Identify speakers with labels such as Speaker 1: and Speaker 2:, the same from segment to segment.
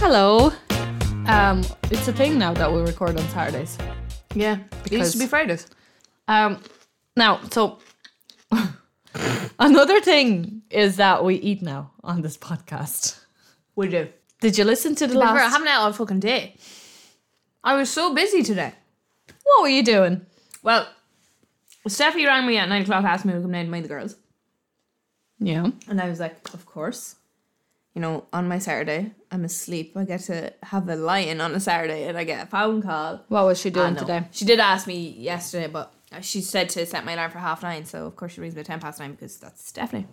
Speaker 1: Hello. Um, it's a thing now that we record on Saturdays.
Speaker 2: Yeah, it used
Speaker 1: because-
Speaker 2: to be Fridays.
Speaker 1: Um, now, so another thing is that we eat now on this podcast.
Speaker 2: We do.
Speaker 1: Did you listen to the
Speaker 2: But bro, I
Speaker 1: last?
Speaker 2: haven't ate all fucking day. I was so busy today.
Speaker 1: What were you doing?
Speaker 2: Well, Steffi rang me at nine o'clock, asked me to come down to mind the girls,
Speaker 1: Yeah.
Speaker 2: and I was like, "Of course." You know, on my Saturday, I'm asleep. I get to have a lie-in on a Saturday, and I get a phone call.
Speaker 1: What was she
Speaker 2: I
Speaker 1: doing
Speaker 2: know.
Speaker 1: today?
Speaker 2: She did ask me yesterday, but she said to set my alarm for half nine. So of course she rings me at ten past nine because that's Stephanie.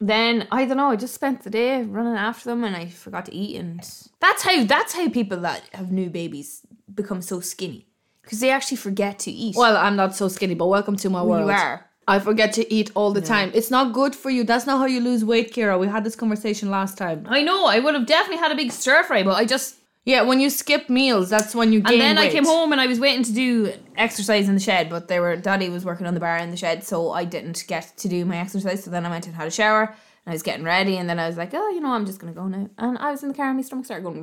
Speaker 2: Then I don't know. I just spent the day running after them, and I forgot to eat. And that's how that's how people that have new babies become so skinny because they actually forget to eat.
Speaker 1: Well, I'm not so skinny, but welcome to my world.
Speaker 2: you are.
Speaker 1: I forget to eat all the time. It's not good for you. That's not how you lose weight, Kira. We had this conversation last time.
Speaker 2: I know. I would have definitely had a big stir fry, but I just
Speaker 1: Yeah, when you skip meals, that's when you gain
Speaker 2: And then I
Speaker 1: weight.
Speaker 2: came home and I was waiting to do exercise in the shed, but they were Daddy was working on the bar in the shed, so I didn't get to do my exercise. So then I went and had a shower and I was getting ready, and then I was like, oh, you know, I'm just gonna go now. And I was in the car and my stomach started going.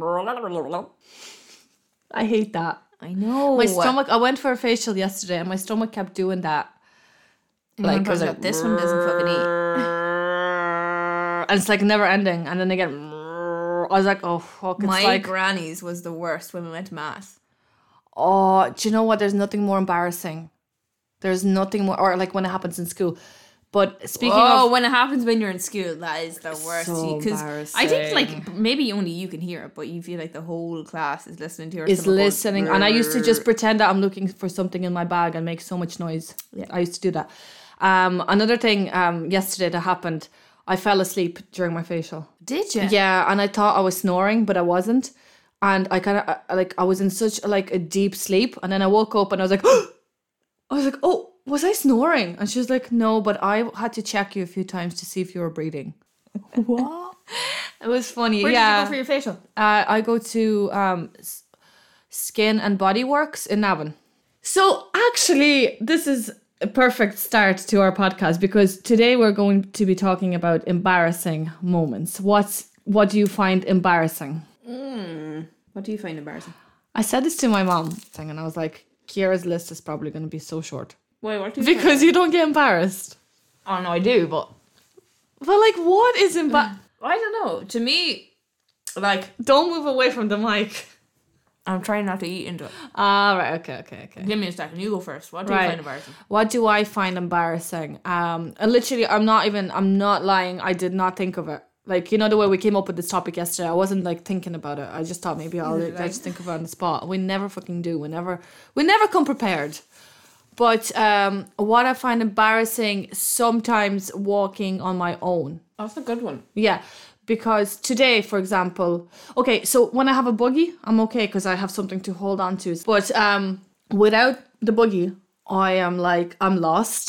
Speaker 1: I hate that.
Speaker 2: I know
Speaker 1: My stomach. I went for a facial yesterday, and my stomach kept doing that. Like,
Speaker 2: Like,
Speaker 1: it was like,
Speaker 2: this one doesn't fucking eat.
Speaker 1: and it's like never ending. And then again, I was like, oh fuck, it's
Speaker 2: My
Speaker 1: like,
Speaker 2: granny's was the worst when we went to mass.
Speaker 1: oh, do you know what? There's nothing more embarrassing. There's nothing more, or like when it happens in school. But speaking
Speaker 2: oh,
Speaker 1: of,
Speaker 2: when it happens when you're in school, that is the worst.
Speaker 1: So
Speaker 2: Because I think like maybe only you can hear it, but you feel like the whole class is listening to your
Speaker 1: is
Speaker 2: stomach going,
Speaker 1: listening, and I used to just pretend that I'm looking for something in my bag and make so much noise.
Speaker 2: Yeah.
Speaker 1: I used to do that. Um, another thing, um, yesterday that happened, I fell asleep during my facial.
Speaker 2: Did you?
Speaker 1: Yeah, and I thought I was snoring, but I wasn't. And I kind of like I was in such like a deep sleep, and then I woke up and I was like, I was like, oh, was I snoring? And she was like, no, but I had to check you a few times to see if you were breathing.
Speaker 2: What?
Speaker 1: It was funny.
Speaker 2: Where
Speaker 1: yeah,
Speaker 2: did you go for your facial?
Speaker 1: uh, I go to um, S- Skin and Body Works in Navan. So actually, this is a perfect start to our podcast because today we're going to be talking about embarrassing moments. What's what do you find embarrassing?
Speaker 2: What do you find embarrassing?
Speaker 1: I said this to my mom thing, and I was like, Kira's list is probably going to be so short
Speaker 2: Wait, what do you
Speaker 1: because you don't get embarrassed.
Speaker 2: Oh no, I do, but
Speaker 1: But like, what is embar?
Speaker 2: I don't know. To me, like
Speaker 1: don't move away from the mic.
Speaker 2: I'm trying not to eat into it.
Speaker 1: All right. Okay. Okay. Okay.
Speaker 2: Give me a second. You go first. What do you
Speaker 1: Right.
Speaker 2: find embarrassing?
Speaker 1: What do I find embarrassing? Um, and literally, I'm not even. I'm not lying. I did not think of it. Like you know the way we came up with this topic yesterday. I wasn't like thinking about it. I just thought maybe I'll
Speaker 2: did
Speaker 1: I
Speaker 2: I.
Speaker 1: just think of it on the spot. We never fucking do. We never. We never come prepared. But um, what I find embarrassing sometimes walking on my own.
Speaker 2: That's a good one.
Speaker 1: Yeah, because today, for example, okay, so when I have a buggy, I'm okay because I have something to hold on to. But um, without the buggy, I am like I'm lost,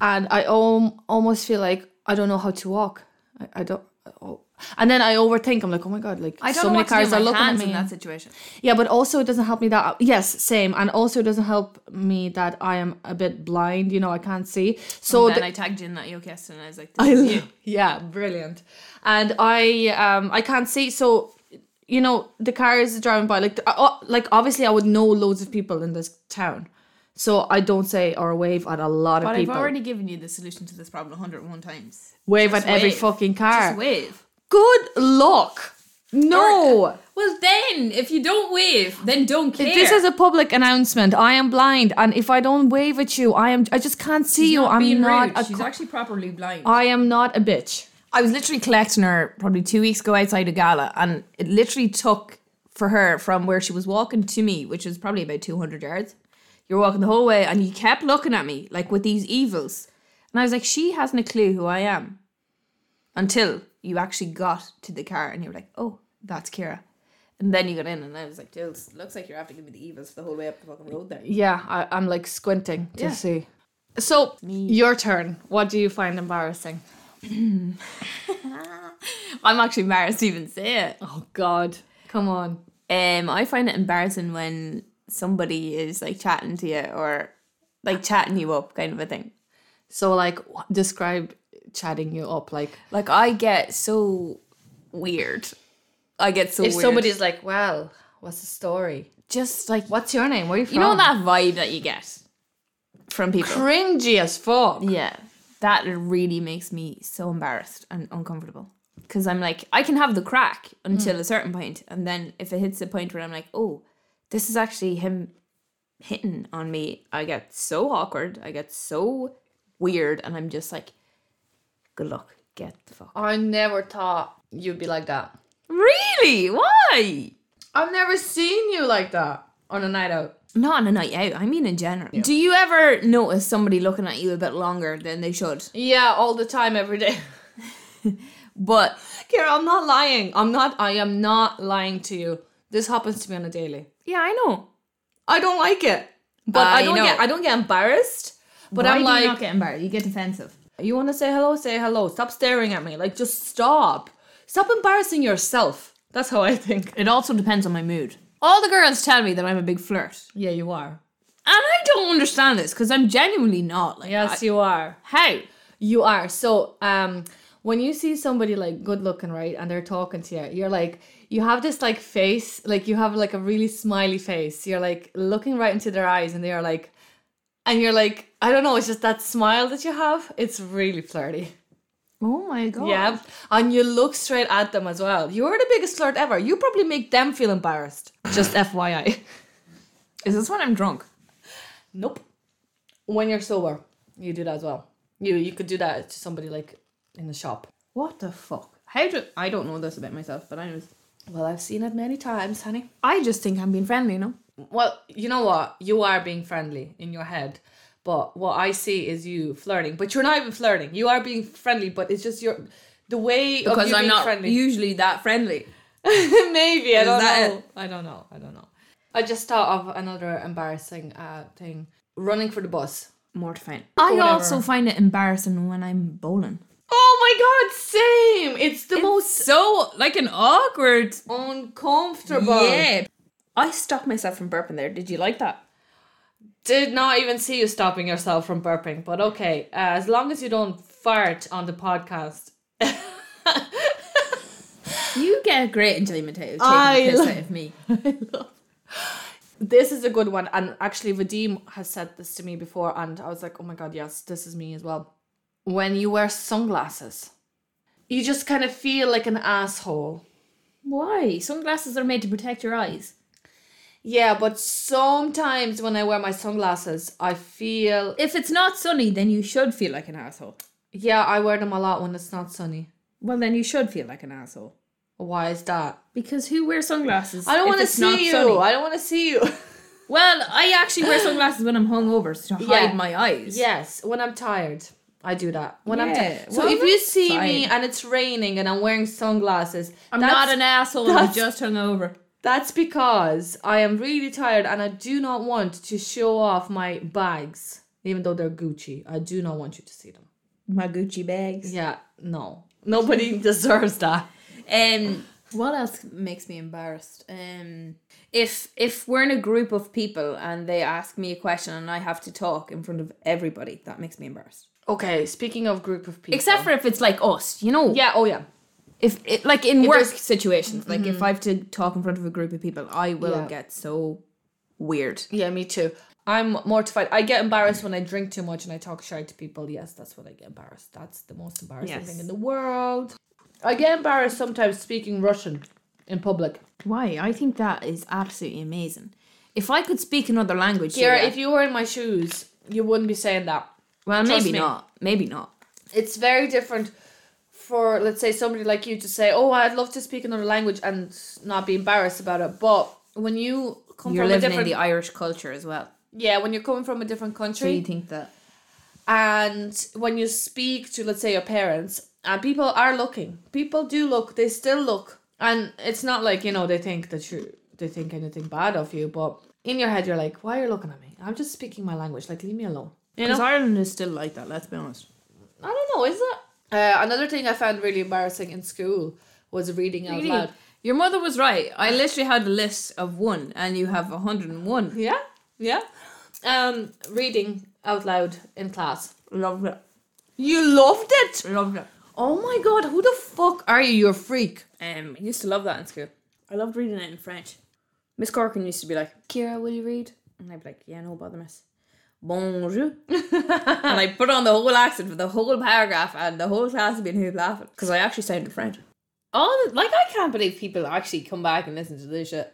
Speaker 1: and I om- almost feel like I don't know how to walk. I, I don't. Oh. And then I overthink. I'm like, oh my god, like
Speaker 2: I don't
Speaker 1: so
Speaker 2: know
Speaker 1: many
Speaker 2: what to do
Speaker 1: cars
Speaker 2: with
Speaker 1: are
Speaker 2: my
Speaker 1: looking at
Speaker 2: hands
Speaker 1: me.
Speaker 2: in that situation.
Speaker 1: Yeah, but also it doesn't help me that yes, same, and also it doesn't help me that I am a bit blind. You know, I can't see. So
Speaker 2: And
Speaker 1: Oh, the-
Speaker 2: then I tagged you in that yoke yesterday, and I was like,
Speaker 1: I
Speaker 2: "This is
Speaker 1: lo-
Speaker 2: you."
Speaker 1: yeah, brilliant. And I um I can't see so you know the cars driving by like the- uh, like obviously I would know loads of people in this town. So I don't say or wave at a lot of
Speaker 2: But
Speaker 1: people.
Speaker 2: I've already given you the solution to this problem 101 times.
Speaker 1: wave at
Speaker 2: Just
Speaker 1: every
Speaker 2: wave.
Speaker 1: fucking car.
Speaker 2: Just wave.
Speaker 1: Good luck. No.
Speaker 2: Well, then, if you don't wave, then don't care.
Speaker 1: This is a public announcement. I am blind and if I don't wave at you, I am I just can't see you. I'm
Speaker 2: being
Speaker 1: not
Speaker 2: rude.
Speaker 1: a
Speaker 2: She's
Speaker 1: co-
Speaker 2: actually properly blind.
Speaker 1: I am not a bitch.
Speaker 2: I was literally collecting her probably two weeks ago outside a gala, and it literally took for her from where she was walking to me, which was probably about 200 yards. You're walking the whole way, and you kept looking at me like with these evils. And I was like, she hasn't a clue who I am. Until you actually got to the car and you were like, oh, that's Kira. And then you got in, and I was like, Jules, looks like you're having to give me the evils the whole way up the fucking road there.
Speaker 1: Yeah, I, I'm like squinting to
Speaker 2: Yeah.
Speaker 1: see. So your turn. What do you find embarrassing?
Speaker 2: I'm actually embarrassed to even say it.
Speaker 1: Oh God, come on.
Speaker 2: Um, I find it embarrassing when somebody is like chatting to you or like chatting you up, kind of a thing.
Speaker 1: So like w- describe chatting you up like
Speaker 2: Like I get so weird. I get so
Speaker 1: if
Speaker 2: weird.
Speaker 1: somebody's like, well, what's the story?
Speaker 2: just like
Speaker 1: What's your name? Where are you from?
Speaker 2: you know that vibe that you get from people.
Speaker 1: cringy as fuck.
Speaker 2: Yeah, that really makes me so embarrassed and uncomfortable because I'm like, I can have the crack until a certain point, and then if it hits a point where I'm like, oh, this is actually him hitting on me, I get so awkward, I get so weird, and I'm just like, good luck, get the fuck.
Speaker 1: I never thought you'd be like that.
Speaker 2: Really? Why?
Speaker 1: I've never seen you like that on a night out.
Speaker 2: Not on a night out. I mean, in general. Do you ever notice somebody looking at you a bit longer than they should?
Speaker 1: Yeah, all the time, every day.
Speaker 2: But
Speaker 1: Kira, I'm not lying. I'm not. I am not lying to you. This happens to me on a daily.
Speaker 2: yeah, I know.
Speaker 1: I don't like it, but I,
Speaker 2: I
Speaker 1: don't
Speaker 2: know.
Speaker 1: get. I don't get embarrassed. But I'm like, you,
Speaker 2: get embarrassed? You get defensive.
Speaker 1: want to say hello? Say hello. Stop staring at me. Like, just stop. Stop embarrassing yourself. That's how I think.
Speaker 2: It also depends on my mood. All the girls tell me that I'm a big flirt.
Speaker 1: Yeah, you are.
Speaker 2: And I don't understand this because I'm genuinely not. Like,
Speaker 1: Yes,
Speaker 2: I-
Speaker 1: you are.
Speaker 2: how?
Speaker 1: You are. So, um, when you see somebody like good looking, right, and they're talking to you, you're like, you have this like face, like you have like a really smiley face. You're like looking right into their eyes, and they are like, and you're like, I don't know, it's just that smile that you have. It's really flirty.
Speaker 2: Oh my god.
Speaker 1: Yeah, Oh. and you look straight at them as well. You are the biggest flirt ever. You probably make them feel embarrassed. Just FYI.
Speaker 2: Is this when I'm drunk?
Speaker 1: Nope. When you're sober, you do that as well. You you could do that to somebody like in the shop.
Speaker 2: What the fuck? How do I don't know this about myself, but anyways.
Speaker 1: Well, I've seen it many times, honey.
Speaker 2: I just think I'm being friendly, you know?
Speaker 1: Well, you know what? You are being friendly in your head, but what I see is you flirting. But you're not even flirting. You are being friendly, but it's just your the way of
Speaker 2: Because
Speaker 1: you
Speaker 2: I'm
Speaker 1: being
Speaker 2: not
Speaker 1: friendly.
Speaker 2: usually that friendly.
Speaker 1: Maybe I
Speaker 2: Is
Speaker 1: don't
Speaker 2: that
Speaker 1: know. I don't know. I don't know. I just thought of another embarrassing uh, thing: running for the bus.
Speaker 2: Mortifying.
Speaker 1: Or
Speaker 2: I
Speaker 1: whatever.
Speaker 2: also find it embarrassing when I'm bowling.
Speaker 1: Oh my god! Same. It's the most
Speaker 2: So like an awkward
Speaker 1: uncomfortable.
Speaker 2: Yeah. I stopped myself from burping there. Did you like that?
Speaker 1: Did not even see you stopping yourself from burping, but okay. Uh, as long as you don't fart on the podcast.
Speaker 2: You get great enjoyment out of taking
Speaker 1: I
Speaker 2: the piss
Speaker 1: love-
Speaker 2: out of me.
Speaker 1: This is a good one, and actually, Vadim has said this to me before, and I was like, oh my god, yes, this is me as well. When you wear sunglasses, you just kind of feel like an asshole.
Speaker 2: Why? Sunglasses are made to protect your eyes.
Speaker 1: Yeah, but sometimes when I wear my sunglasses, I feel.
Speaker 2: If it's not sunny, then you should feel like an asshole.
Speaker 1: Yeah, I wear them a lot when it's not sunny.
Speaker 2: Well, then you should feel like an asshole.
Speaker 1: Why is that?
Speaker 2: Because who wears sunglasses?
Speaker 1: I don't
Speaker 2: if
Speaker 1: want to
Speaker 2: it's not
Speaker 1: see you.
Speaker 2: sunny?
Speaker 1: I don't want to see you.
Speaker 2: Well, I actually wear sunglasses when I'm hungover to hide
Speaker 1: Yeah.
Speaker 2: my eyes.
Speaker 1: Yes, when I'm tired, I do that. When I'm
Speaker 2: Yeah,
Speaker 1: tired. So
Speaker 2: well,
Speaker 1: if you
Speaker 2: that's
Speaker 1: see me
Speaker 2: fine.
Speaker 1: and it's raining and I'm wearing sunglasses,
Speaker 2: I'm
Speaker 1: that's,
Speaker 2: not an asshole. I'm
Speaker 1: that's-
Speaker 2: just hungover.
Speaker 1: That's because I am really tired and I do not want to show off my bags, even though they're Gucci. I do not want you to see them.
Speaker 2: My Gucci bags.
Speaker 1: Yeah, no, nobody deserves that.
Speaker 2: Um, what else makes me embarrassed? Um, if if we're in a group of people and they ask me a question and I have to talk in front of everybody, that makes me embarrassed.
Speaker 1: Okay, speaking of group of people.
Speaker 2: Except for if it's like us, you know.
Speaker 1: yeah, oh yeah.
Speaker 2: If Mm-hmm. it, like in work
Speaker 1: there's-
Speaker 2: situations, like if I have to talk in front of a group of people, I will
Speaker 1: Yeah.
Speaker 2: get so weird.
Speaker 1: Yeah, me too. I'm mortified. I get embarrassed when I drink too much and I talk shy to people. Yes, that's what I get embarrassed. That's the most embarrassing
Speaker 2: Yes.
Speaker 1: thing in the world. I get embarrassed sometimes speaking Russian in public.
Speaker 2: Why? I think that is absolutely amazing. If I could speak another language,
Speaker 1: Kira,
Speaker 2: yeah.
Speaker 1: if you were in my shoes, you wouldn't be saying that.
Speaker 2: well,
Speaker 1: trust
Speaker 2: maybe
Speaker 1: me.
Speaker 2: not. Maybe not.
Speaker 1: It's very different for, let's say, somebody like you to say, Oh, I'd love to speak another language and not be embarrassed about it. But when you come
Speaker 2: You're
Speaker 1: from a
Speaker 2: living
Speaker 1: different
Speaker 2: in the Irish culture as well.
Speaker 1: yeah, when you're coming from a different country,
Speaker 2: So you think that?
Speaker 1: and when you speak to let's say your parents and people are looking people do look they still look and it's not like you know they think that you they think anything bad of you but in your head you're like why are you looking at me i'm just speaking my language like leave me alone you know
Speaker 2: Because Ireland is still like that, let's be honest.
Speaker 1: i don't know is that uh, another thing i found really embarrassing in school was reading out loud
Speaker 2: Your mother was right. I literally had a list of one, and you have 101.
Speaker 1: Yeah, yeah. Um, reading out loud in class.
Speaker 2: Loved it.
Speaker 1: You loved it.
Speaker 2: Loved it.
Speaker 1: Oh my god, who the fuck are you? You're a freak.
Speaker 2: Um, I used to love that in school. I loved reading it in French. Miss Corkin used to be like, Kira, will you read? And I'd be like, yeah, no bother, miss. Bonjour. and I put on the whole accent for the whole paragraph, and the whole class had been hoop laughing because I actually sounded French.
Speaker 1: Oh, like I can't believe people actually come back and listen to this shit.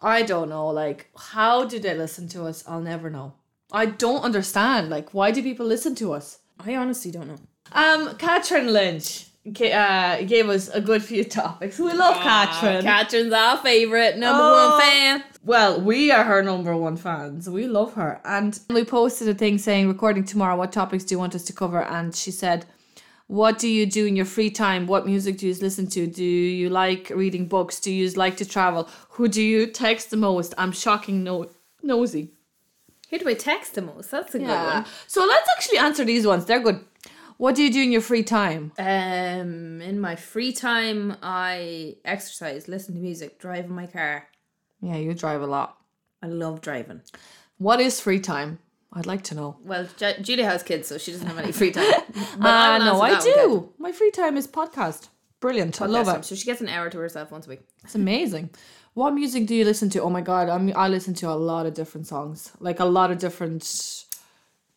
Speaker 1: I don't know. Like, how do they listen to us? I'll never know. I don't understand. Like, why do people listen to us?
Speaker 2: I honestly don't know.
Speaker 1: Um, Catherine Lynch ga- uh, gave us a good few topics. We love Catherine.
Speaker 2: Uh, Catherine's our favourite number
Speaker 1: Oh.
Speaker 2: one fan.
Speaker 1: well, we are her number one fans. We love her. And we posted a thing saying, recording tomorrow, what topics do you want us to cover? And she said, what do you do in your free time? What music do you listen to? Do you like reading books? Do you like to travel? Who do you text the most? I'm shocking no- nosy.
Speaker 2: Who do I text the most? That's a
Speaker 1: Yeah. So let's actually answer these ones. They're good. What do you do in your free time?
Speaker 2: Um, in my free time, I exercise, listen to music, drive in my car.
Speaker 1: Yeah, you drive a lot.
Speaker 2: I love driving.
Speaker 1: What is free time? I'd like to know.
Speaker 2: Well, Ju- Julia has kids, so she doesn't have any free time. But
Speaker 1: Uh,
Speaker 2: will
Speaker 1: no, I
Speaker 2: answer that one,
Speaker 1: do. My free time is podcast. Brilliant. I
Speaker 2: Kat.
Speaker 1: love
Speaker 2: Yes,
Speaker 1: it.
Speaker 2: So she gets an hour to herself once a week.
Speaker 1: It's amazing. What music do you listen to? Oh my god, I mean, I listen to a lot of different songs, like a lot of different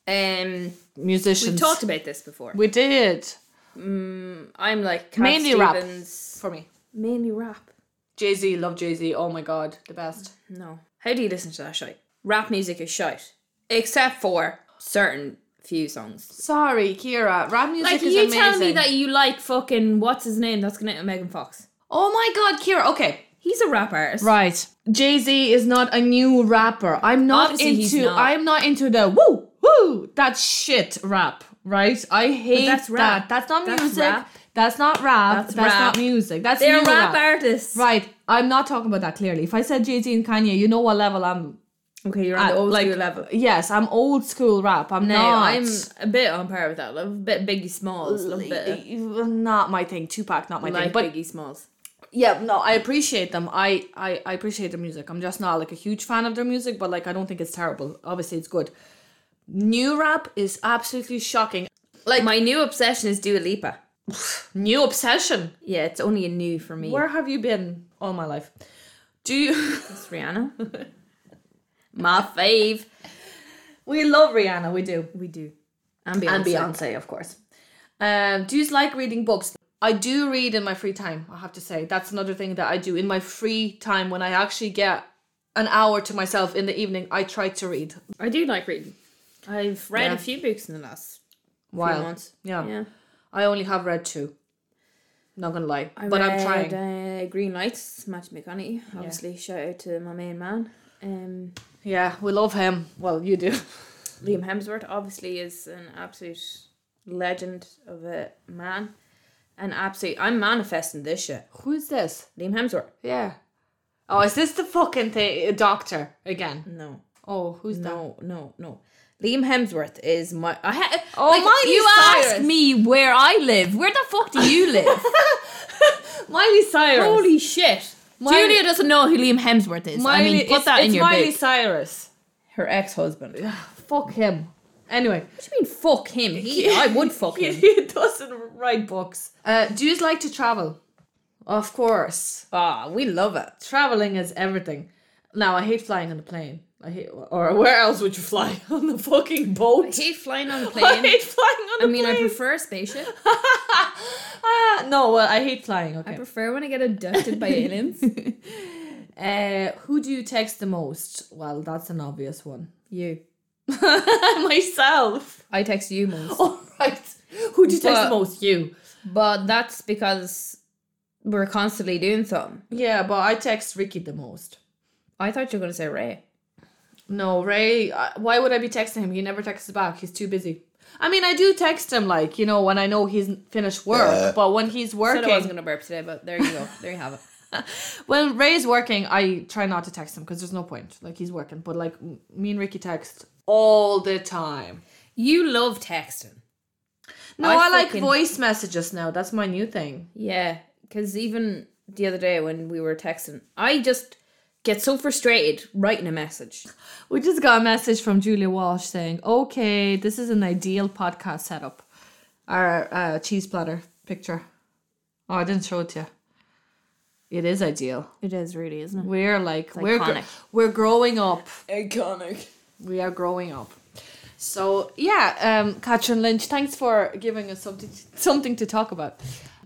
Speaker 2: Um,
Speaker 1: musicians.
Speaker 2: we talked about this before.
Speaker 1: We did
Speaker 2: I'm like Cat
Speaker 1: Mainly rap.
Speaker 2: Stevens.
Speaker 1: for me.
Speaker 2: Mainly rap.
Speaker 1: Jay Z, love Jay Z. Oh my god, the best.
Speaker 2: No. How do you listen to that shite? Rap music is shite, except for certain few songs.
Speaker 1: Sorry, Kira. Rap music
Speaker 2: Like
Speaker 1: is
Speaker 2: you
Speaker 1: amazing.
Speaker 2: tell me that you like fucking what's his name? That's gonna Megan Fox.
Speaker 1: Oh my god, Kira. Okay,
Speaker 2: He's a rap artist.
Speaker 1: Right. Jay Z is not a new rapper. I'm not
Speaker 2: Obviously he's
Speaker 1: into.
Speaker 2: not.
Speaker 1: I'm not into the woo woo that shit rap. Right. I hate
Speaker 2: that's
Speaker 1: that.
Speaker 2: rap.
Speaker 1: That's not
Speaker 2: That's
Speaker 1: music.
Speaker 2: rap.
Speaker 1: That's not rap. That's,
Speaker 2: That's rap.
Speaker 1: not music. That's
Speaker 2: They're
Speaker 1: new
Speaker 2: rap,
Speaker 1: rap.
Speaker 2: artists.
Speaker 1: Right. I'm not talking about that clearly. If I said Jay Z and Kanye, you know what level I'm.
Speaker 2: Okay, you're on the
Speaker 1: at,
Speaker 2: old
Speaker 1: Uh, like,
Speaker 2: school level.
Speaker 1: Yes, I'm old school rap. I'm
Speaker 2: No,
Speaker 1: not.
Speaker 2: I'm a bit on par with that. Like, A bit Biggie Smalls. A little bit
Speaker 1: not my thing. Tupac, not my thing.
Speaker 2: like
Speaker 1: But
Speaker 2: Biggie Smalls.
Speaker 1: yeah no i appreciate them I, I i appreciate their music i'm just not like a huge fan of their music but like i don't think it's terrible obviously it's good new rap is absolutely shocking
Speaker 2: Like my new obsession is Dua Lipa.
Speaker 1: new obsession
Speaker 2: Yeah, it's only a new for me.
Speaker 1: where have you been all my life do you
Speaker 2: It's Rihanna. my fave.
Speaker 1: we love rihanna we do
Speaker 2: We do. And Beyonce.
Speaker 1: and beyonce of course um do you like reading books i do read in my free time i have to say that's another thing that i do in my free time when i actually get an hour to myself in the evening i try to read
Speaker 2: I do like reading. I've read
Speaker 1: Yeah.
Speaker 2: a few books in the last few
Speaker 1: while
Speaker 2: months.
Speaker 1: yeah
Speaker 2: yeah.
Speaker 1: I only have read two. Not gonna lie,
Speaker 2: I
Speaker 1: but I'm
Speaker 2: read,
Speaker 1: trying.
Speaker 2: Uh, Green Lights, Matthew McConaughey. Obviously, shout out to my main man. Um,
Speaker 1: Yeah, we love him. Well, you do.
Speaker 2: Liam Hemsworth obviously is an absolute legend of a man. An absolute. I'm manifesting this shit.
Speaker 1: Who's this?
Speaker 2: Liam Hemsworth.
Speaker 1: Yeah. Oh, is this the fucking thing? Doctor again?
Speaker 2: No,
Speaker 1: Oh, who's that?
Speaker 2: no, no, no. Liam Hemsworth is my. I ha-
Speaker 1: Oh,
Speaker 2: like,
Speaker 1: Miley
Speaker 2: You
Speaker 1: Cyrus.
Speaker 2: asked me where I live. Where the fuck do you live?
Speaker 1: Miley Cyrus.
Speaker 2: Holy shit!
Speaker 1: Miley-
Speaker 2: Julia doesn't know who Liam Hemsworth is. I mean, put
Speaker 1: it's,
Speaker 2: that in
Speaker 1: it's
Speaker 2: your
Speaker 1: Miley
Speaker 2: book.
Speaker 1: Cyrus.
Speaker 2: Her ex-husband. What
Speaker 1: Fuck him. Anyway,
Speaker 2: do you mean? Fuck him. He, I would fuck
Speaker 1: he,
Speaker 2: him.
Speaker 1: he doesn't write books. Uh, do you like to travel? Of course.
Speaker 2: Ah, we love it.
Speaker 1: traveling is everything. Now I hate flying on the plane. I hate, or where else would you fly on the fucking
Speaker 2: I
Speaker 1: boat?
Speaker 2: hate flying on a
Speaker 1: I
Speaker 2: plane.
Speaker 1: hate flying on the
Speaker 2: I mean, I
Speaker 1: plane.
Speaker 2: prefer a spaceship.
Speaker 1: ah, no, well, I hate flying.
Speaker 2: I
Speaker 1: Okay.
Speaker 2: prefer when I get abducted by aliens.
Speaker 1: uh, who do you text the most? Well, that's an obvious one.
Speaker 2: You.
Speaker 1: Myself.
Speaker 2: I text you most.
Speaker 1: All right. Who do you text
Speaker 2: But-
Speaker 1: the most? You.
Speaker 2: But that's because we're constantly doing something.
Speaker 1: Yeah, but I text Ricky the most.
Speaker 2: I thought you were going to say Ray.
Speaker 1: No, Ray. I- Why would I be texting him? He never texts back. He's too busy. I mean, I do text him, like you know, when I know he's finished work. But when he's
Speaker 2: I
Speaker 1: working,
Speaker 2: said I wasn't going to burp today, but there you go. There you have it.
Speaker 1: When Ray's working, I try not to text him because there's no point. Like he's working, but like m- me and Ricky text all the time.
Speaker 2: You love texting.
Speaker 1: No, I,
Speaker 2: I
Speaker 1: like
Speaker 2: fucking-
Speaker 1: voice messages now. That's my new thing.
Speaker 2: Yeah, because even the other day when we were texting. I just get so frustrated writing a message.
Speaker 1: We just got a message from Julia Walsh saying, okay, this is an ideal podcast setup. Our uh, cheese platter picture. Oh, I didn't show it to you. It is ideal.
Speaker 2: It is really, isn't it?
Speaker 1: We're like, we're, gr-
Speaker 2: iconic.
Speaker 1: we're growing up.
Speaker 2: Iconic.
Speaker 1: We are growing up. So, yeah, um, Katrin Lynch, thanks for giving us something, something to talk about.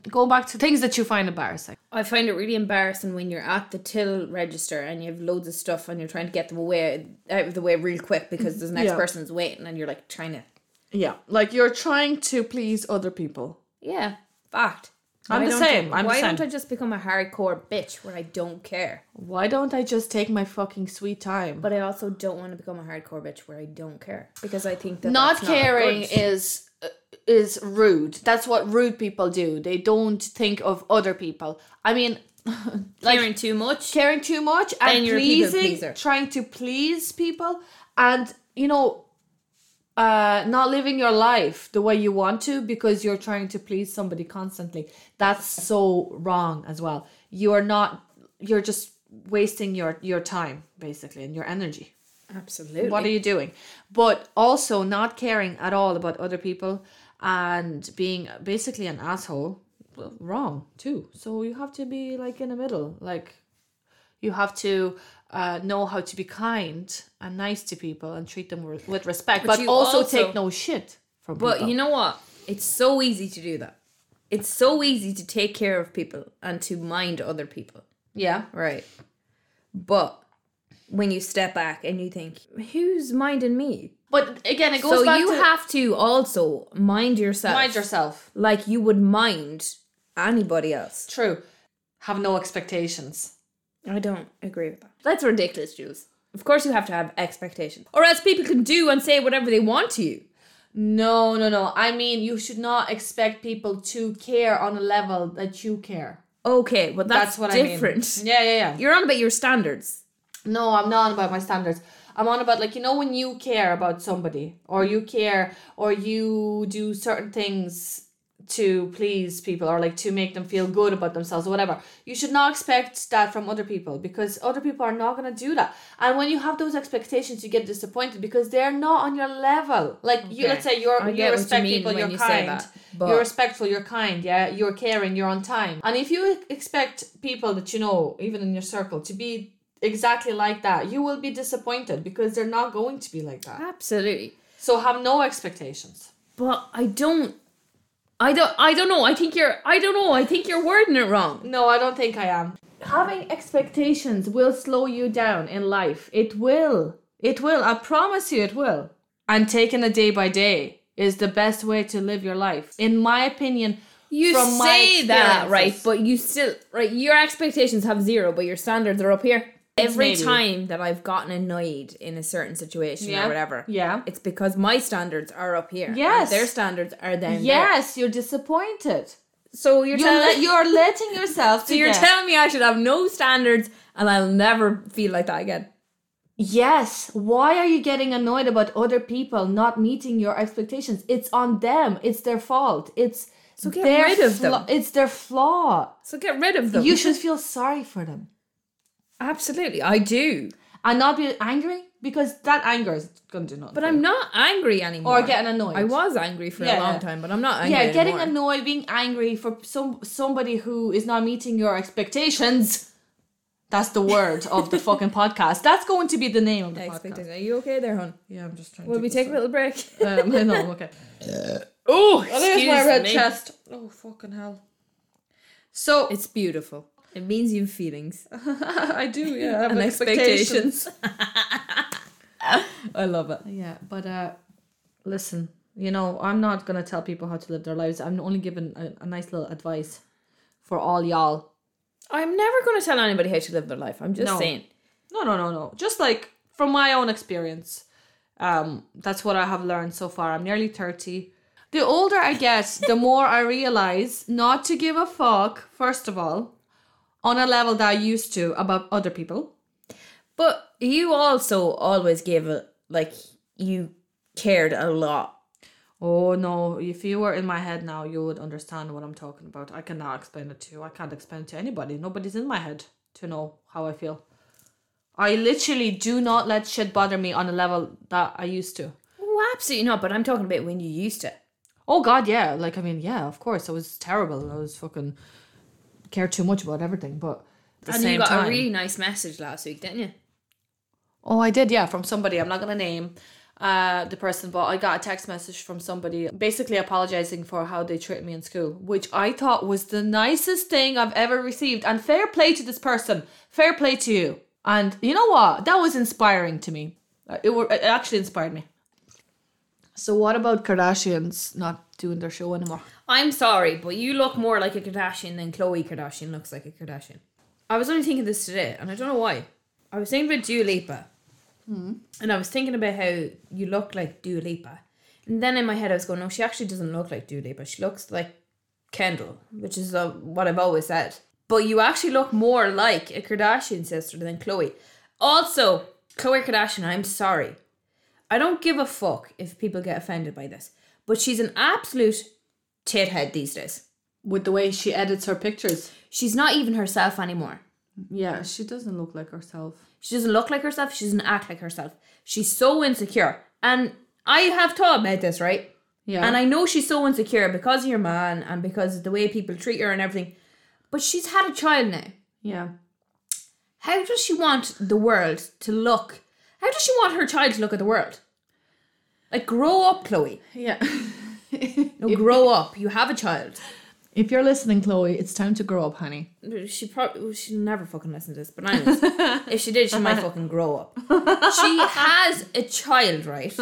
Speaker 1: Go back to things that you find embarrassing.
Speaker 2: I find it really embarrassing when you're at the till register and you have loads of stuff and you're trying to get them away out of the way real quick because the next
Speaker 1: Yeah.
Speaker 2: person's waiting and you're like trying to
Speaker 1: Yeah, like you're trying to please other people.
Speaker 2: Yeah. Fact.
Speaker 1: I'm the
Speaker 2: don't
Speaker 1: same,
Speaker 2: I,
Speaker 1: I'm the
Speaker 2: why
Speaker 1: same.
Speaker 2: don't I just become a hardcore bitch where I don't care?
Speaker 1: Why don't I just take my fucking sweet time?
Speaker 2: But I also don't want to become a hardcore bitch where I don't care because I think that
Speaker 1: not
Speaker 2: that's
Speaker 1: caring
Speaker 2: not good.
Speaker 1: is uh, is rude. That's what rude people do. They don't think of other people. I mean, like
Speaker 2: caring too much.
Speaker 1: caring too much and
Speaker 2: Then you're a people
Speaker 1: pleasing,
Speaker 2: pleaser.
Speaker 1: trying to please people, and you know, uh, not living your life the way you want to because you're trying to please somebody constantly. That's so wrong as well. You are not. You're just wasting your your time basically and your energy.
Speaker 2: Absolutely.
Speaker 1: What are you doing? But also not caring at all about other people and being basically an asshole. Well, wrong too. So you have to be like in the middle. Like you have to uh, know how to be kind and nice to people and treat them with, with respect, but,
Speaker 2: you
Speaker 1: also,
Speaker 2: also-
Speaker 1: take no shit from
Speaker 2: but
Speaker 1: people.
Speaker 2: you know what? It's so easy to do that. It's so easy to take care of people and to mind other people.
Speaker 1: yeah.
Speaker 2: Right. But when you step back and you think, who's minding me?
Speaker 1: But again, it goes
Speaker 2: So
Speaker 1: back
Speaker 2: you
Speaker 1: to
Speaker 2: have to also mind yourself.
Speaker 1: mind yourself.
Speaker 2: Like you would mind anybody else.
Speaker 1: True. Have no expectations.
Speaker 2: I don't agree with that. That's ridiculous, Jules. Of course you have to have expectations. Or else people can do and say whatever they want to you.
Speaker 1: No, no, no. I mean, you should not expect people to care on a level that you care.
Speaker 2: Okay, well
Speaker 1: That's
Speaker 2: that's,
Speaker 1: what
Speaker 2: different.
Speaker 1: I mean. Yeah, yeah, yeah.
Speaker 2: You're on about your standards.
Speaker 1: No, I'm not on about my standards. I'm on about like you know when you care about somebody or you care or you do certain things to please people or like to make them feel good about themselves or whatever. You should not expect that from other people because other people are not going to do that. And when you have those expectations you get disappointed because they're not on your level. Like you
Speaker 2: Okay.
Speaker 1: let's say you're
Speaker 2: I
Speaker 1: you
Speaker 2: get what you
Speaker 1: respect
Speaker 2: mean
Speaker 1: people
Speaker 2: when
Speaker 1: you're
Speaker 2: you say
Speaker 1: kind.
Speaker 2: that, but-
Speaker 1: You're respectful, you're kind, yeah, you're caring, you're on time. And if you expect people that you know, even in your circle, to be exactly like that, you will be disappointed because they're not going to be like that.
Speaker 2: Absolutely.
Speaker 1: So have no expectations.
Speaker 2: But I don't I don't I don't know. I think you're I don't know. I think you're wording it wrong.
Speaker 1: No, I don't think I am. Having expectations will slow you down in life. It will. It will. I promise you it will. And taking it day by day is the best way to live your life. In my opinion,
Speaker 2: You
Speaker 1: From my
Speaker 2: say that,
Speaker 1: experiences.
Speaker 2: right? But you still, right? Your expectations have zero, but your standards are up here. Every
Speaker 1: maybe.
Speaker 2: time that I've gotten annoyed in a certain situation
Speaker 1: Yeah.
Speaker 2: or whatever,
Speaker 1: Yeah.
Speaker 2: it's because my standards are up here. and
Speaker 1: Yes.
Speaker 2: their standards are down there.
Speaker 1: Yes, you're disappointed.
Speaker 2: uh, So you're
Speaker 1: You're, le-
Speaker 2: telling
Speaker 1: you're letting yourself.
Speaker 2: so you're telling me I should have no standards and I'll never feel like that again.
Speaker 1: Yes. Why are you getting annoyed about other people not meeting your expectations? It's on them. It's their fault. It's so
Speaker 2: get rid of them.
Speaker 1: It's their flaw.
Speaker 2: So get rid of them.
Speaker 1: You should feel sorry for them
Speaker 2: absolutely. I do,
Speaker 1: and not be angry because that anger is going to do nothing.
Speaker 2: but I'm not angry anymore.
Speaker 1: or getting annoyed.
Speaker 2: I was angry for
Speaker 1: Yeah,
Speaker 2: a long
Speaker 1: yeah.
Speaker 2: time, but I'm not angry
Speaker 1: Yeah, getting
Speaker 2: anymore.
Speaker 1: annoyed, being angry for some somebody who is not meeting your expectations. That's the word of the fucking podcast. That's going to be the name of the podcast.
Speaker 2: Expectation. Are you okay there, hon?
Speaker 1: Yeah, I'm just trying.
Speaker 2: Will we take a little break?
Speaker 1: Um, I know. I'm Okay. Oh,
Speaker 2: Oh,
Speaker 1: there's my red chest. Oh, fucking hell. So
Speaker 2: It's beautiful. It means you've feelings
Speaker 1: I do, yeah. I have
Speaker 2: and
Speaker 1: expectations.
Speaker 2: expectations. I love it.
Speaker 1: Yeah, but uh, listen, you know, I'm not gonna tell people how to live their lives. I'm only giving a, a nice little advice for all y'all.
Speaker 2: I'm never going to tell anybody how to live their life. I'm just
Speaker 1: No.
Speaker 2: saying.
Speaker 1: No, no, no, no. Just like from my own experience, um, that's what I have learned so far. I'm nearly thirty. The older I get, the more I realize not to give a fuck. First of all, on a level that I used to about other people.
Speaker 2: But you also always gave a like you cared a lot
Speaker 1: Oh no, if you were in my head now, you would understand what I'm talking about. I cannot explain it to you. I can't explain it to anybody. Nobody's in my head to know how I feel. I literally do not let shit bother me on a level that I used to.
Speaker 2: Oh, absolutely not. But I'm talking about when you used to.
Speaker 1: Oh god, yeah. Like I mean, yeah, of course. I was terrible. I was fucking cared too much about everything, but at the
Speaker 2: and
Speaker 1: same
Speaker 2: you got
Speaker 1: time.
Speaker 2: a really nice message last week, didn't you?
Speaker 1: Oh, I did, yeah, from somebody. I'm not gonna name uh the person, but I got a text message from somebody basically apologizing for how they treated me in school, which I thought was the nicest thing I've ever received. And fair play to this person. Fair play to you. And you know what? That was inspiring to me. Uh, It, were, it actually inspired me. So what about Kardashians not doing their show anymore?
Speaker 2: I'm sorry, but you look more like a Kardashian than Khloe Kardashian looks like a Kardashian. I was only thinking this today, and I don't know why. I was thinking about Dua Lipa, and I was thinking about how you look like Dua Lipa. And then in my head, I was going, no, she actually doesn't look like Dua Lipa. She looks like Kendall, which is uh, what I've always said. But you actually look more like a Kardashian sister than Chloe. Also, Chloe Kardashian, I'm sorry. I don't give a fuck if people get offended by this, but she's an absolute tit head these days.
Speaker 1: With the way she edits her pictures.
Speaker 2: She's not even herself anymore.
Speaker 1: Yeah, she doesn't look like herself.
Speaker 2: She doesn't look like herself. She doesn't act like herself. She's so insecure. And I have thought about this, right?
Speaker 1: Yeah.
Speaker 2: And I know she's so insecure because of your man and because of the way people treat her and everything. But she's had a child now.
Speaker 1: yeah.
Speaker 2: How does she want the world to look? How does she want her child to look at the world? Like, grow up, Chloe.
Speaker 1: Yeah.
Speaker 2: No, grow up. You have a child.
Speaker 1: if you're listening, Chloe, it's time to grow up, honey.
Speaker 2: She probably she never fucking listened to this, but anyways, if she did, she might fucking grow up. She has a child, right?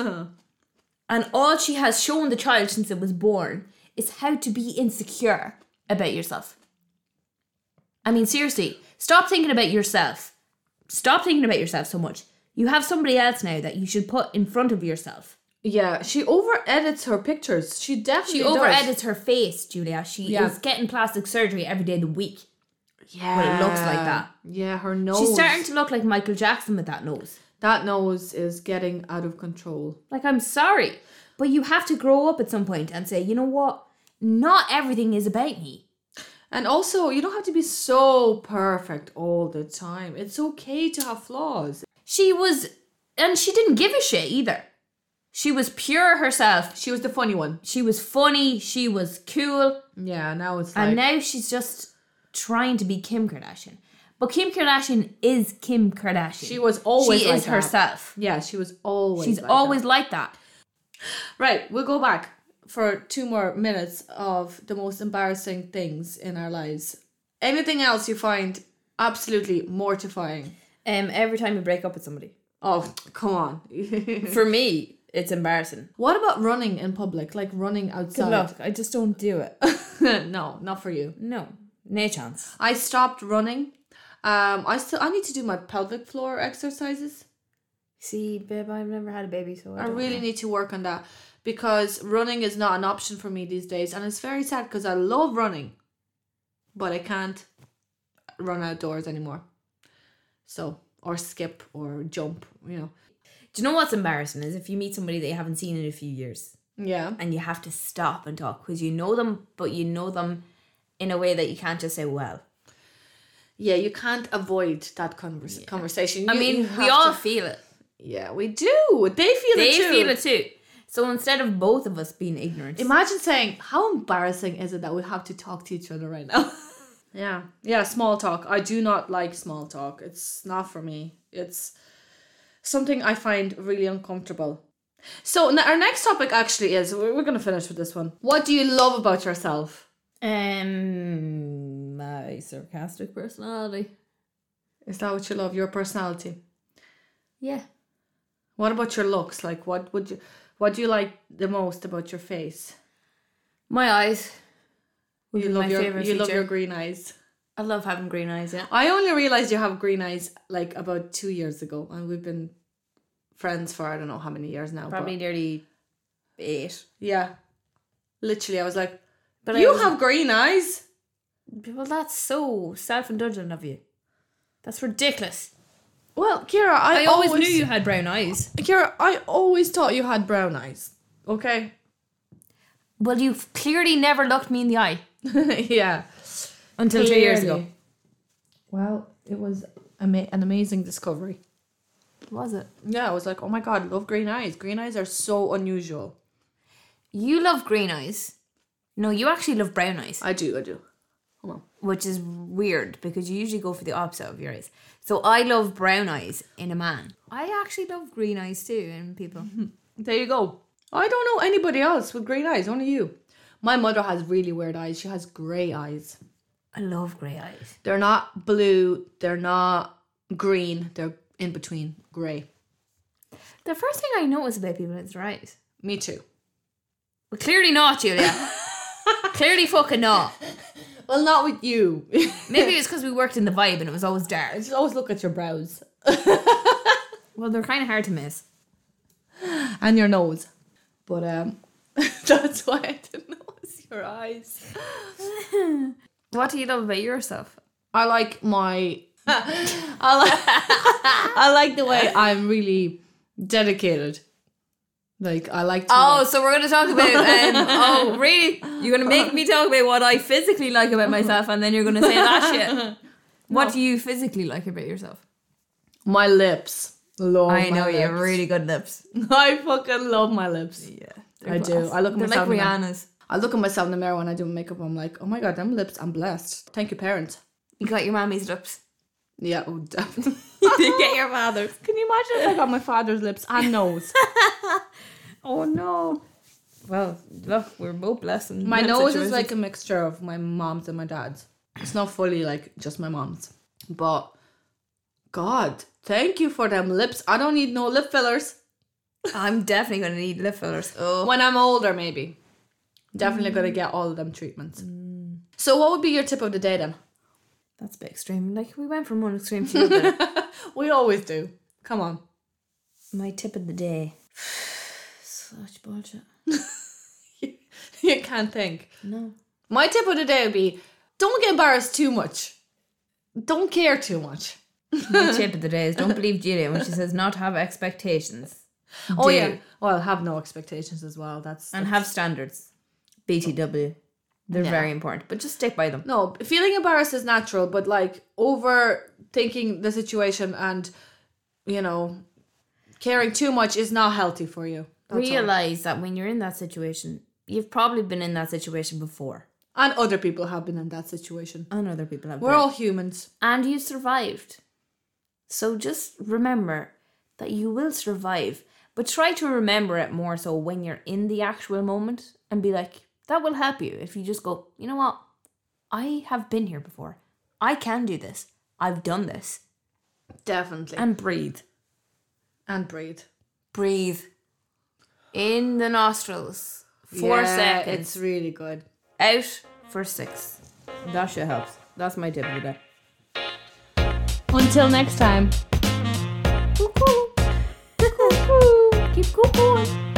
Speaker 2: And all she has shown the child since it was born is how to be insecure about yourself. I mean, seriously, stop thinking about yourself. Stop thinking about yourself so much. You have somebody else now that you should put in front of yourself.
Speaker 1: Yeah, she over edits her pictures. She definitely
Speaker 2: She over edits her face, Julia. She
Speaker 1: Yeah.
Speaker 2: is getting plastic surgery every day of the week.
Speaker 1: Yeah,
Speaker 2: when it looks like that.
Speaker 1: Yeah, her nose.
Speaker 2: She's starting to look like Michael Jackson with that nose.
Speaker 1: that nose is getting out of control.
Speaker 2: Like, I'm sorry, but you have to grow up at some point and say, you know what? Not everything is about me.
Speaker 1: And also, you don't have to be so perfect all the time. It's okay to have flaws.
Speaker 2: She was, and she didn't give a shit either. She was pure herself.
Speaker 1: She was the funny one.
Speaker 2: She was funny. She was cool.
Speaker 1: Yeah, now it's like
Speaker 2: And now she's just trying to be Kim Kardashian. But Kim Kardashian is Kim Kardashian.
Speaker 1: she was always
Speaker 2: She
Speaker 1: like
Speaker 2: is
Speaker 1: that.
Speaker 2: herself.
Speaker 1: Yeah, she was always.
Speaker 2: She's
Speaker 1: like that.
Speaker 2: always like that.
Speaker 1: Right, we'll go back for two more minutes of the most embarrassing things in our lives. Anything else you find absolutely mortifying?
Speaker 2: Um, every time you break up with somebody,
Speaker 1: Oh, come on.
Speaker 2: for me, it's embarrassing.
Speaker 1: what about running in public? Like running outside?
Speaker 2: Look, I just don't do it.
Speaker 1: no, not for you.
Speaker 2: No, no chance.
Speaker 1: I stopped running. Um, I still I need to do my pelvic floor exercises.
Speaker 2: See, babe, I've never had a baby, so I,
Speaker 1: I
Speaker 2: don't
Speaker 1: really
Speaker 2: know.
Speaker 1: need to work on that because running is not an option for me these days, and it's very sad because I love running, but I can't run outdoors anymore. So or skip or jump, you know.
Speaker 2: Do you know what's embarrassing is if you meet somebody that you haven't seen in a few years
Speaker 1: Yeah,
Speaker 2: and you have to stop and talk because you know them, but you know them in a way that you can't just say, "Well."
Speaker 1: yeah. You can't avoid that convers- conversation.
Speaker 2: I
Speaker 1: You- you
Speaker 2: mean, we
Speaker 1: have
Speaker 2: all
Speaker 1: to-
Speaker 2: feel it.
Speaker 1: yeah, we do. They feel
Speaker 2: They
Speaker 1: it too.
Speaker 2: feel it too. So instead of both of us being ignorant,
Speaker 1: Imagine saying, "How embarrassing is it that we have to talk to each other right now?" yeah, yeah. Small talk. I do not like small talk. It's not for me. It's something I find really uncomfortable. So n- our next topic actually is we're, we're gonna finish with this one. What do you love about yourself?
Speaker 2: um, my sarcastic personality.
Speaker 1: Is that what you love? Your personality.
Speaker 2: Yeah,
Speaker 1: What about your looks? Like, what would you? What do you like the most about your face?
Speaker 2: my eyes. would
Speaker 1: You
Speaker 2: be
Speaker 1: love
Speaker 2: my
Speaker 1: your you
Speaker 2: favorite
Speaker 1: love
Speaker 2: feature.
Speaker 1: your green eyes.
Speaker 2: I love having green eyes. Yeah.
Speaker 1: I only realized you have green eyes like about two years ago, and we've been friends for I don't know how many years now. but-
Speaker 2: Probably nearly eight.
Speaker 1: yeah. Literally, I was like,
Speaker 2: But I
Speaker 1: "You
Speaker 2: was-
Speaker 1: have green eyes."
Speaker 2: Well, that's so self-indulgent of you. That's ridiculous.
Speaker 1: Well, Kira, I,
Speaker 2: I always, knew you had brown eyes.
Speaker 1: Kira, I always thought you had brown eyes. Okay,
Speaker 2: Well, you've clearly never looked me in the eye
Speaker 1: yeah.
Speaker 2: until two years ago.
Speaker 1: Clearly. Well, it was ama- an amazing discovery.
Speaker 2: Was it?
Speaker 1: Yeah, I was like, oh my god, love green eyes. Green eyes are so unusual.
Speaker 2: You love green eyes. No, you actually love brown eyes,
Speaker 1: I do, I do. Hold on.
Speaker 2: which is weird because you usually go for the opposite of your eyes. So I love brown eyes in a man. I actually love green eyes too in people.
Speaker 1: There you go. I don't know anybody else with green eyes, only you. My mother has really weird eyes. She has grey eyes.
Speaker 2: I love grey eyes.
Speaker 1: They're not blue, they're not green, they're in between grey.
Speaker 2: The first thing I notice about people is their eyes.
Speaker 1: Me too.
Speaker 2: Well, clearly not, Julia. clearly fucking not.
Speaker 1: Well, not with you.
Speaker 2: Maybe it's because we worked in the vibe and it was always dark.
Speaker 1: Just always look at your brows
Speaker 2: Well, they're kind of hard to miss.
Speaker 1: and your nose. But um, that's why I didn't notice your eyes.
Speaker 2: What do you love about yourself?
Speaker 1: I like my. I like. I like the way I'm really dedicated. Like I like. To
Speaker 2: Oh, so we're gonna talk about. Um, oh, really? You're gonna make me talk about what I physically like about myself, and then you're gonna say that shit. What do you physically like about yourself?
Speaker 1: my lips. Love
Speaker 2: I
Speaker 1: Oh my
Speaker 2: know you have
Speaker 1: lips.
Speaker 2: really good lips.
Speaker 1: I fucking love my lips.
Speaker 2: Yeah,
Speaker 1: I do. I look at
Speaker 2: they're
Speaker 1: myself
Speaker 2: like
Speaker 1: in the-
Speaker 2: Rihanna's.
Speaker 1: I look at myself in the mirror when I do makeup. I'm like, oh my god, them lips. I'm blessed. Thank you, parents.
Speaker 2: You got your mommy's lips.
Speaker 1: Yeah, oh, definitely.
Speaker 2: you get your father's.
Speaker 1: Can you imagine if I got my father's lips and nose?
Speaker 2: Oh no. Well, look, we're both blessed. in
Speaker 1: My
Speaker 2: that
Speaker 1: nose is
Speaker 2: situation.
Speaker 1: like a mixture of my mom's and my dad's. It's not fully like just my mom's. But God, thank you for them lips. I don't need no lip fillers.
Speaker 2: I'm definitely gonna need lip fillers. Oh,
Speaker 1: When I'm older, maybe. Definitely gonna get all of them treatments. So what would be your tip of the day then?
Speaker 2: that's a bit extreme. Like we went from one extreme to the other.
Speaker 1: We always do. Come on.
Speaker 2: My tip of the day. Such bullshit.
Speaker 1: you can't think.
Speaker 2: No.
Speaker 1: My tip of the day would be don't get embarrassed too much. Don't care too much.
Speaker 2: My tip of the day is don't believe Julia when she says not have expectations
Speaker 1: Oh
Speaker 2: Do.
Speaker 1: yeah. Well, have no expectations as well. That's
Speaker 2: and have standards. BTW. They're very important, but just stick by them.
Speaker 1: No, feeling embarrassed is natural, but like overthinking the situation and you know caring too much is not healthy for you. That's all.
Speaker 2: Realize that when you're in that situation, you've probably been in that situation before.
Speaker 1: And other people have been in that situation.
Speaker 2: And other people have
Speaker 1: We're
Speaker 2: been.
Speaker 1: all humans.
Speaker 2: and you survived. So just remember that you will survive, but try to remember it more so when you're in the actual moment and be like, that will help you if you just go, you know what? I have been here before. I can do this. I've done this.
Speaker 1: Definitely. And,
Speaker 2: And breathe.
Speaker 1: breathe.
Speaker 2: Breathe. In the nostrils. Four seconds.
Speaker 1: It's really good.
Speaker 2: Out for six. That shit helps. That's my tip of the day.
Speaker 1: Until next time.
Speaker 2: Cuckoo. Cuckoo. Keep cuckooing.